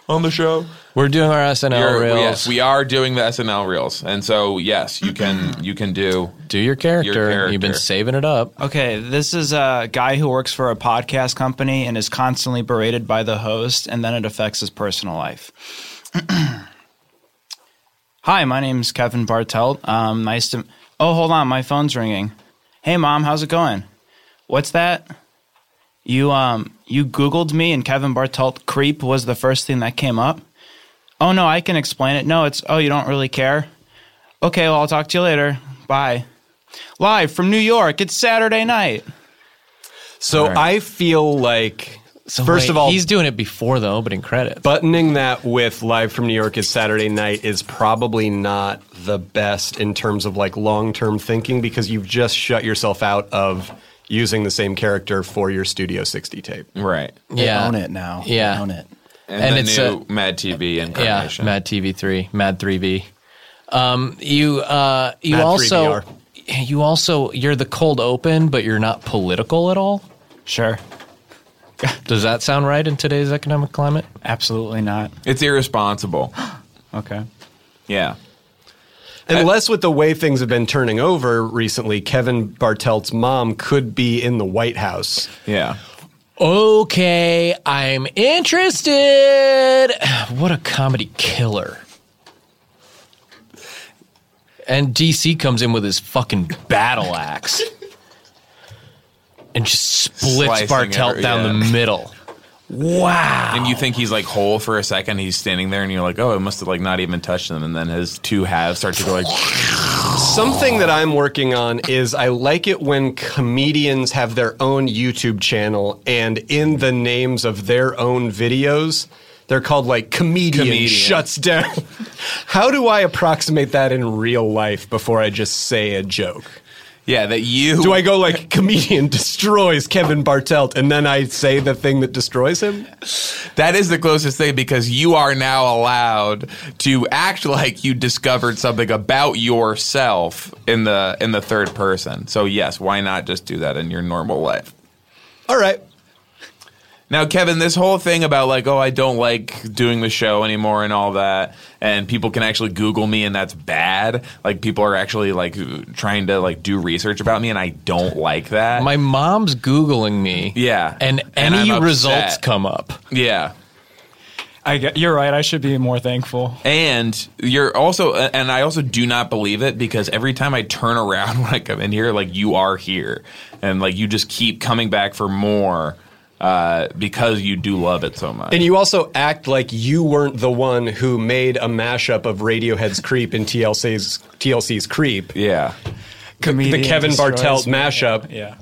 on the show."
We're doing our SNL
You're-
reels.
Yes, we are doing the SNL reels, and so yes, you can you can do.
Do your character. You've been
character.
saving it up.
Okay, this is a guy who works for a podcast company and is constantly berated by the host, and then it affects his personal life. Hi, my name's Kevin Bartelt. Um, nice to. Oh, hold on, my phone's ringing. Hey, mom, how's it going? What's that? You um, you Googled me, and Kevin Bartelt creep was the first thing that came up. Oh no, I can explain it. No, it's oh, you don't really care. Okay, well, I'll talk to you later. Bye live from New York. It's Saturday night.
So I feel like, first
Wait,
of all,
he's doing it before the opening credits.
buttoning that with live from New York is Saturday night is probably not the best in terms of like long term thinking because you've just shut yourself out of using the same character for your Studio 60 tape.
Right,
They
Yeah.
own it now. They
Yeah.
own it.
and,
And
the
it's
new Mad TV incarnation.
Yeah, Mad TV three, Mad three B. Um, you uh, you
Mad
also
3BR.
you also you're the cold open, but you're not political at all.
Sure.
Does that sound right in today's economic climate?
Absolutely not.
It's irresponsible.
Okay.
Yeah,
Unless with the way things have been turning over recently, Kevin Bartelt's mom could be in the White House.
yeah.
Okay, I'm interested. What a comedy killer. And DC comes in with his fucking battle axe and just splits
Slicing
Bartelt
every-
down
yeah.
the middle. Wow.
And you think he's like whole for a second. He's standing there, and you're like, "Oh, it must have like not even touched him." And then his two halves start to go like,
Something that I'm working on is I like it when comedians have their own YouTube channel and in the names of their own videos, they're called like comedian,
Comedian.
shuts down. How do I approximate that in real life before I just say a joke?
"Yeah, that you."
Do I go like comedian destroys Kevin Bartelt and then I say the thing that destroys him?
That is the closest thing because you are now allowed to act like you discovered something about yourself in the in the third person. So yes, why not just do that in your normal life?
All right.
Now, Kevin, this whole thing about like, oh, I don't like doing the show anymore and all that, and people can actually Google me and that's bad. Like people are actually like trying to like do research about me and I don't like that.
My mom's googling me.
Yeah.
and
And
any
I'm
results
upset.
come up.
yeah.
I get, you're right. I should be more thankful.
And you're also, and I also do not believe it because every time I turn around when I come in here, like you are here, and like you just keep coming back for more uh, because you do love it so much.
And you also act like you weren't the one who made a mashup of Radiohead's Creep and TLC's TLC's Creep.
yeah,
Comedian
the Kevin
destroys-
Bartelt mashup,
Yeah.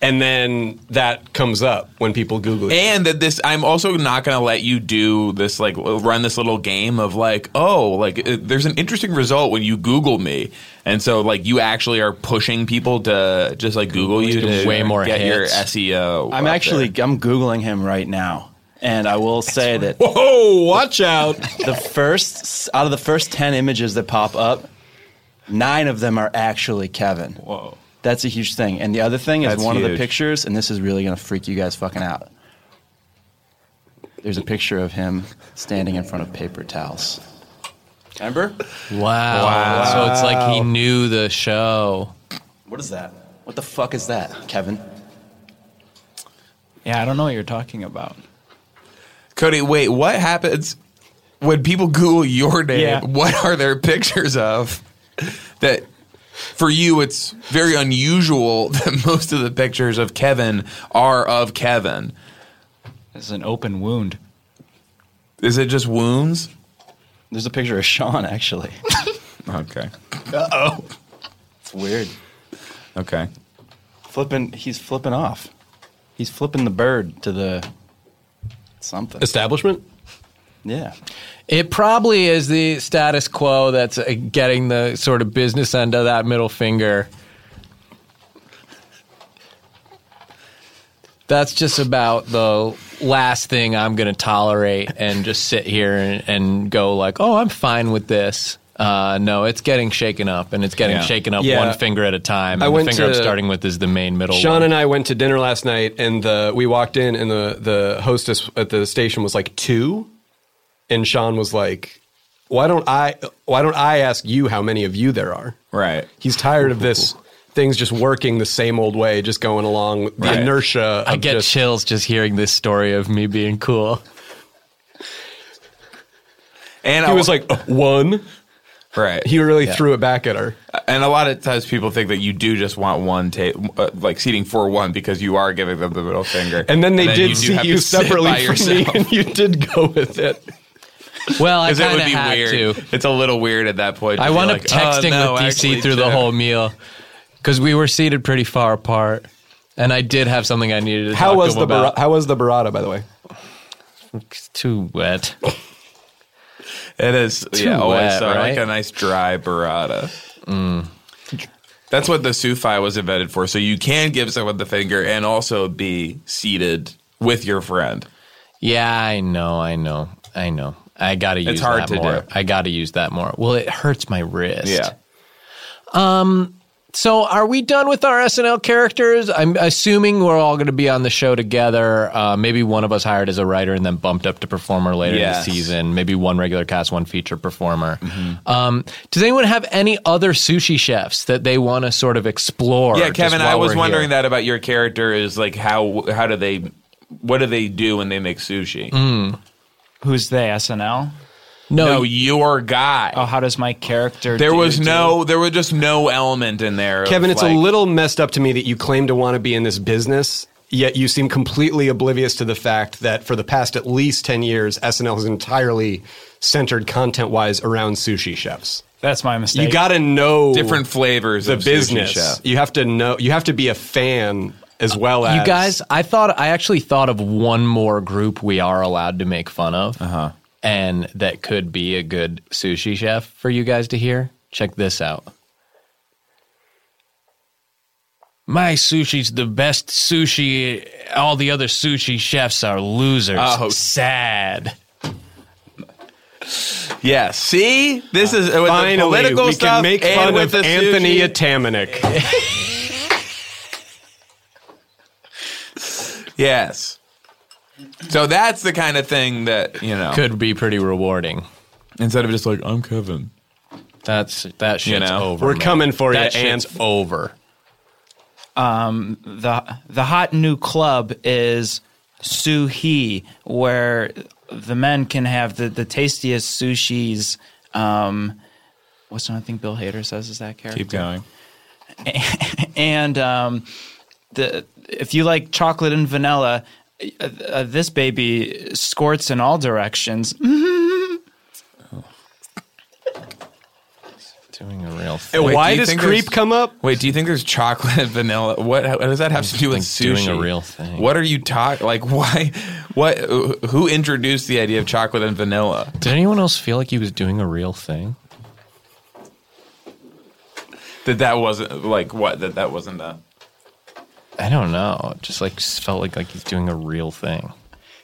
and then that comes up when people Google it.
and that this, I'm also not going to let you do this, like run this little game of like, oh, like it, there's an interesting result when you Google me, and so like you actually are pushing people to just like Google you
do
to
way more
get your
hits.
SEO.
I'm
up
actually
there.
I'm googling him right now, and I will say that
Oh,
Whoa, watch out!
the first out of the first ten images that pop up, nine of them are actually Kevin. Whoa, that's a huge thing. And the other thing is
That's
one of
huge.
the pictures, and this is really gonna freak you guys fucking out. There's a picture of him standing in front of paper towels. Remember?
Wow. So it's like he knew the show.
What is that? What the fuck is that, Kevin?
Yeah, I don't know what you're talking about.
Cody, wait, what happens when people Google your name?
Yeah.
What are there pictures of that? For you, it's very unusual that most of the pictures of Kevin are of Kevin.
This is an open wound.
Is it just wounds?
There's a picture of Sean actually.
Okay.
It's weird.
Okay.
Flipping, he's flipping off. He's flipping the bird to the something.
Establishment?
Yeah.
It probably is the status quo that's uh, getting the sort of business end of that middle finger. That's just about the last thing I'm going to tolerate and just sit here and, and go like, oh, I'm fine with this. Uh, no, it's getting shaken up, and it's getting
Yeah.
shaken up
Yeah.
one finger at a time.
I
And the
went
finger I'm
to-
starting with is the main middle.
Sean
one.
and I went to dinner last night, and the we walked in, and the the hostess at the station was like two, and Sean was like, "Why don't I? Why don't I ask you how many of you there are?"
Right.
He's tired of this things just working the same old way, just going along with the
Right.
inertia. Of
I get
just,
chills just hearing this story of me being cool.
And
He
I
was like "Uh, one.
right.
He really threw it back at her.
And a lot of times people think that you do just want one ta- uh, like seating for one because you are giving them the middle finger.
And then they
And
did
do
see
have
you
to sit
separately
by
from me, and you did go with it.
Well, I
'Cause it
kind
would
of
be
had
weird.
to.
It's a little weird at that point. to
I
be
wound
like,
up texting
"Oh, no,
with
actually,
DC through the
two."
whole meal because we were seated pretty far apart, and I did have something I needed to
How
talk
was
to
the
him
bar-
about.
how was the burrata, by the way?
It's too wet.
It is yeah,
Too
always
wet,
so, like
right? Mm.
a nice dry burrata. That's what the sufi was invented for. So you can give someone the finger and also be seated with your friend.
Yeah, I know, I know, I know. I gotta use
hard
that
to
more.
do.
I gotta use that more. Well, it hurts my wrist.
Yeah.
So, are we done with our SNL characters? I'm assuming we're all going to be on the show together. Uh, maybe one of us hired as a writer and then bumped up to performer later
Yes.
in the season. Maybe one regular cast, one feature performer.
Mm-hmm.
Um, does anyone have any other sushi chefs that they want to sort of explore?
Yeah,
just
Kevin, I
while
was
we're
wondering
here?
that about your character is like how how do they what do they do when they make sushi?
Mm.
Who's they? SNL?
No,
No, Oh, your guy.
Oh, how does my character?
there
do-
was
do-
no there was just no element in there. of,
Kevin, it's
like-
a little messed up to me that you claim to want to be in this business, yet you seem completely oblivious to the fact that for the past at least 10 years, SNL has entirely centered content wise around sushi chefs.
That's my mistake.
You got to know
different flavors
the
of sushi
business.
chef.
You have to know, you have to be a fan as well as.
you guys, I thought I actually thought of one more group we are allowed to make fun of, uh-huh. and that could be a good sushi chef for you guys to hear. Check this out. My sushi's the best sushi. All the other sushi chefs are losers.
Oh.
sad.
Yeah, see? This is with
Finally,
the political
we
stuff
can make
and
fun
with
of
the
Anthony
sushi.
Atamanik.
yes. So that's the kind of thing that, you know,
Could be pretty rewarding.
instead of just like I'm Kevin.
That's that shit's
You know,
over.
We're
man.
coming for
That
you,
shit's
Ant.
over.
the the hot new club is Suhi, where the men can have the, the tastiest sushis. Um, what's another thing Bill Hader says is that character?
Keep going.
and um, the if you like chocolate and vanilla, uh, uh, this baby squirts in all directions. Mm.
Doing a real
And
Wait, do
why
you
does
think
creep
there's-
come up?
Wait, do you think there's chocolate and vanilla? What, how, what does that have to do with
think
sushi?
doing a real thing.
What are you talking? Like, why? What? Who introduced the idea of chocolate and vanilla?
Did anyone else feel like he was doing a real thing?
That that wasn't like what? That that wasn't a.
I don't know. It just like s- felt like like he's doing a real thing.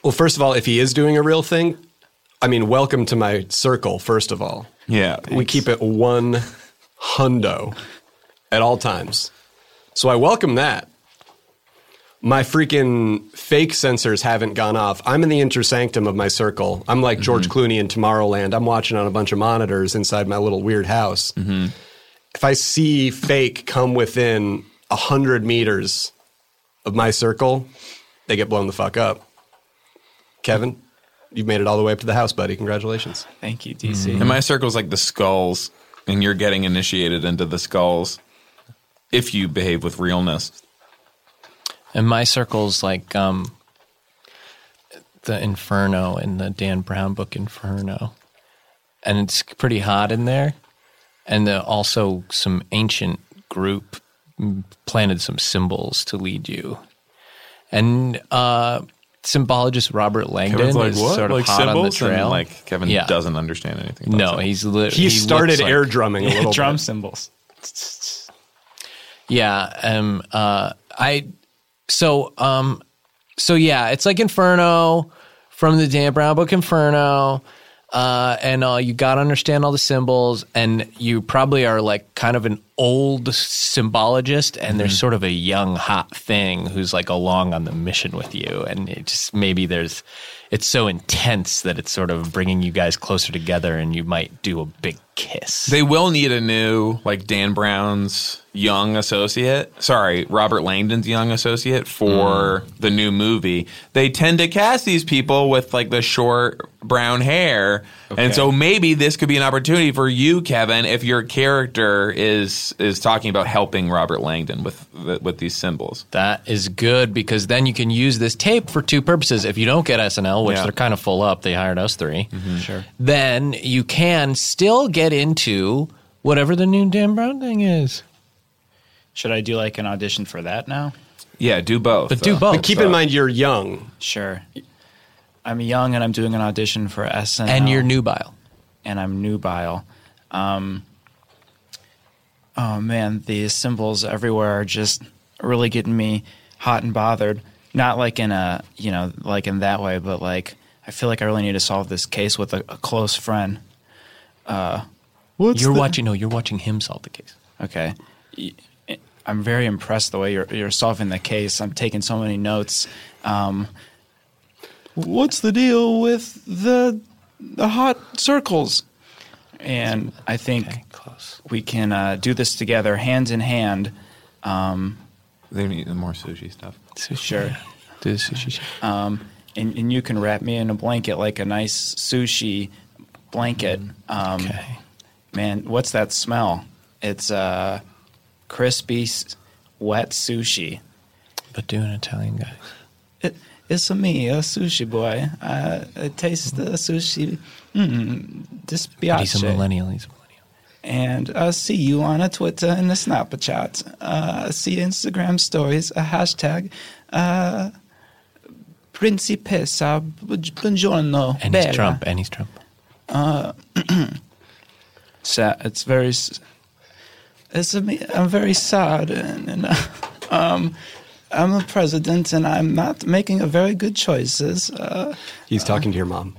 Well, first of all, if he is doing a real thing, I mean, welcome to my circle, first of all.
Yeah,
We keep it one hundo at all times. So I welcome that. my freaking fake sensors haven't gone off. I'm in the intersanctum of my circle. I'm like George Clooney in Tomorrowland. I'm watching on a bunch of monitors inside my little weird house. If I see fake come within a hundred meters of my circle, they get blown the fuck up. Kevin, you've made it all the way up to the house, buddy. Congratulations.
Thank you, DC.
Mm-hmm.
And my circle's like the skulls, and you're getting initiated into the skulls if you behave with realness.
And my circle's like um, the Inferno in the Dan Brown book Inferno. And it's pretty hot in there. And there are also some ancient group mm, planted some symbols to lead you. And uh, symbologist Robert Langdon
Kevin's like,
is
what?
sort of
like
hot on the
symbols?
trail.
And like Kevin
Yeah.
doesn't understand anything. About
no,
symbols.
he's literally
He, started air drumming a little
Drum
bit.
cymbals.
Yeah. Um. Uh. I. So. Um. So yeah, it's like Inferno from the Dan Brown book Inferno. Uh, and uh, you got to understand all the symbols, and you probably are like kind of an old symbologist, and there's sort of a young, hot thing who's like along on the mission with you. And it just maybe there's, it's so intense that it's sort of bringing you guys closer together, and you might do a big kiss.
They will need a new, like Dan Brown's young associate. Sorry, Robert Langdon's young associate for the new movie. They tend to cast these people with like the short brown hair. And so maybe this could be an opportunity for you, Kevin, if your character is is talking about helping Robert Langdon with the, with these symbols.
That is good because then you can use this tape for two purposes. If you don't get SNL, which
Yeah.
they're kind of full up, they hired us 3 Sure. Then you can still get into whatever the new Dan Brown thing is.
Should I do like an audition for that now?
Yeah, do both.
But do
though.
both.
But keep in mind, you're young.
Sure. I'm young and I'm doing an audition for SNL.
and you're nubile.
and I'm nubile. Um, oh man, the symbols everywhere are just really getting me hot and bothered. Not like in a you know like in that way, but like I feel like I really need to solve this case with a, a close friend. Uh,
What's
you're watching. No, you're watching him solve the case.
Okay, Y- I'm very impressed the way you're you're solving the case. I'm taking so many notes. Um, what's the deal with the the hot circles? And I think
Close.
we can uh, do this together, hands in hand.
They need more sushi stuff.
Sure.
Do the sushi shake.
And, and you can wrap me in a blanket like a nice sushi blanket. Um,
okay.
Man, what's that smell? It's uh, crispy, s- wet sushi.
But do an Italian guy.
It, it's a me, a sushi boy. Uh, it tastes the sushi. Mm, this
But he's a
biatch.
millennial. He's a millennial.
And uh, see you on a Twitter and a Snapchat. Uh, see Instagram stories, a hashtag. Uh, Principessa, bu- buongiorno.
And
bella.
he's Trump. And he's Trump.
sad. It's very. s- It's a, me- I'm very sad, and, and uh, um, I'm a president, and I'm not making a very good choices. Uh,
He's talking to your mom.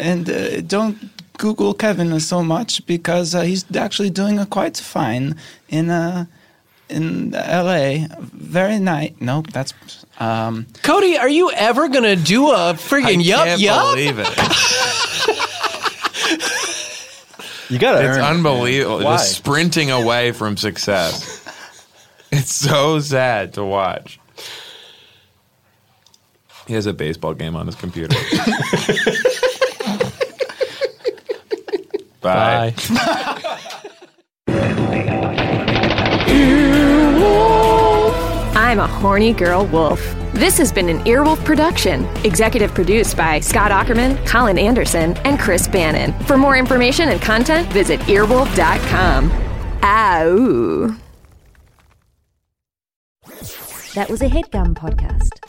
and uh, don't Google Kevin so much because uh, he's actually doing uh, quite fine in uh, in L.A. Very nice. Nope, that's. Um,
Cody, are you ever gonna do a friggin' yup
Can't
yup?
believe it.
You gotta
It's
earn it, man.
unbelievable.
Why?
Just sprinting away from success. it's so sad to watch. He has a baseball game on his computer. Bye.
I'm a horny girl wolf. This has been an Earwolf production, executive produced by Scott Ackerman, Colin Anderson, and Chris Bannon. For more information and content, visit earwolf.com. Ow.
That was a headgum podcast.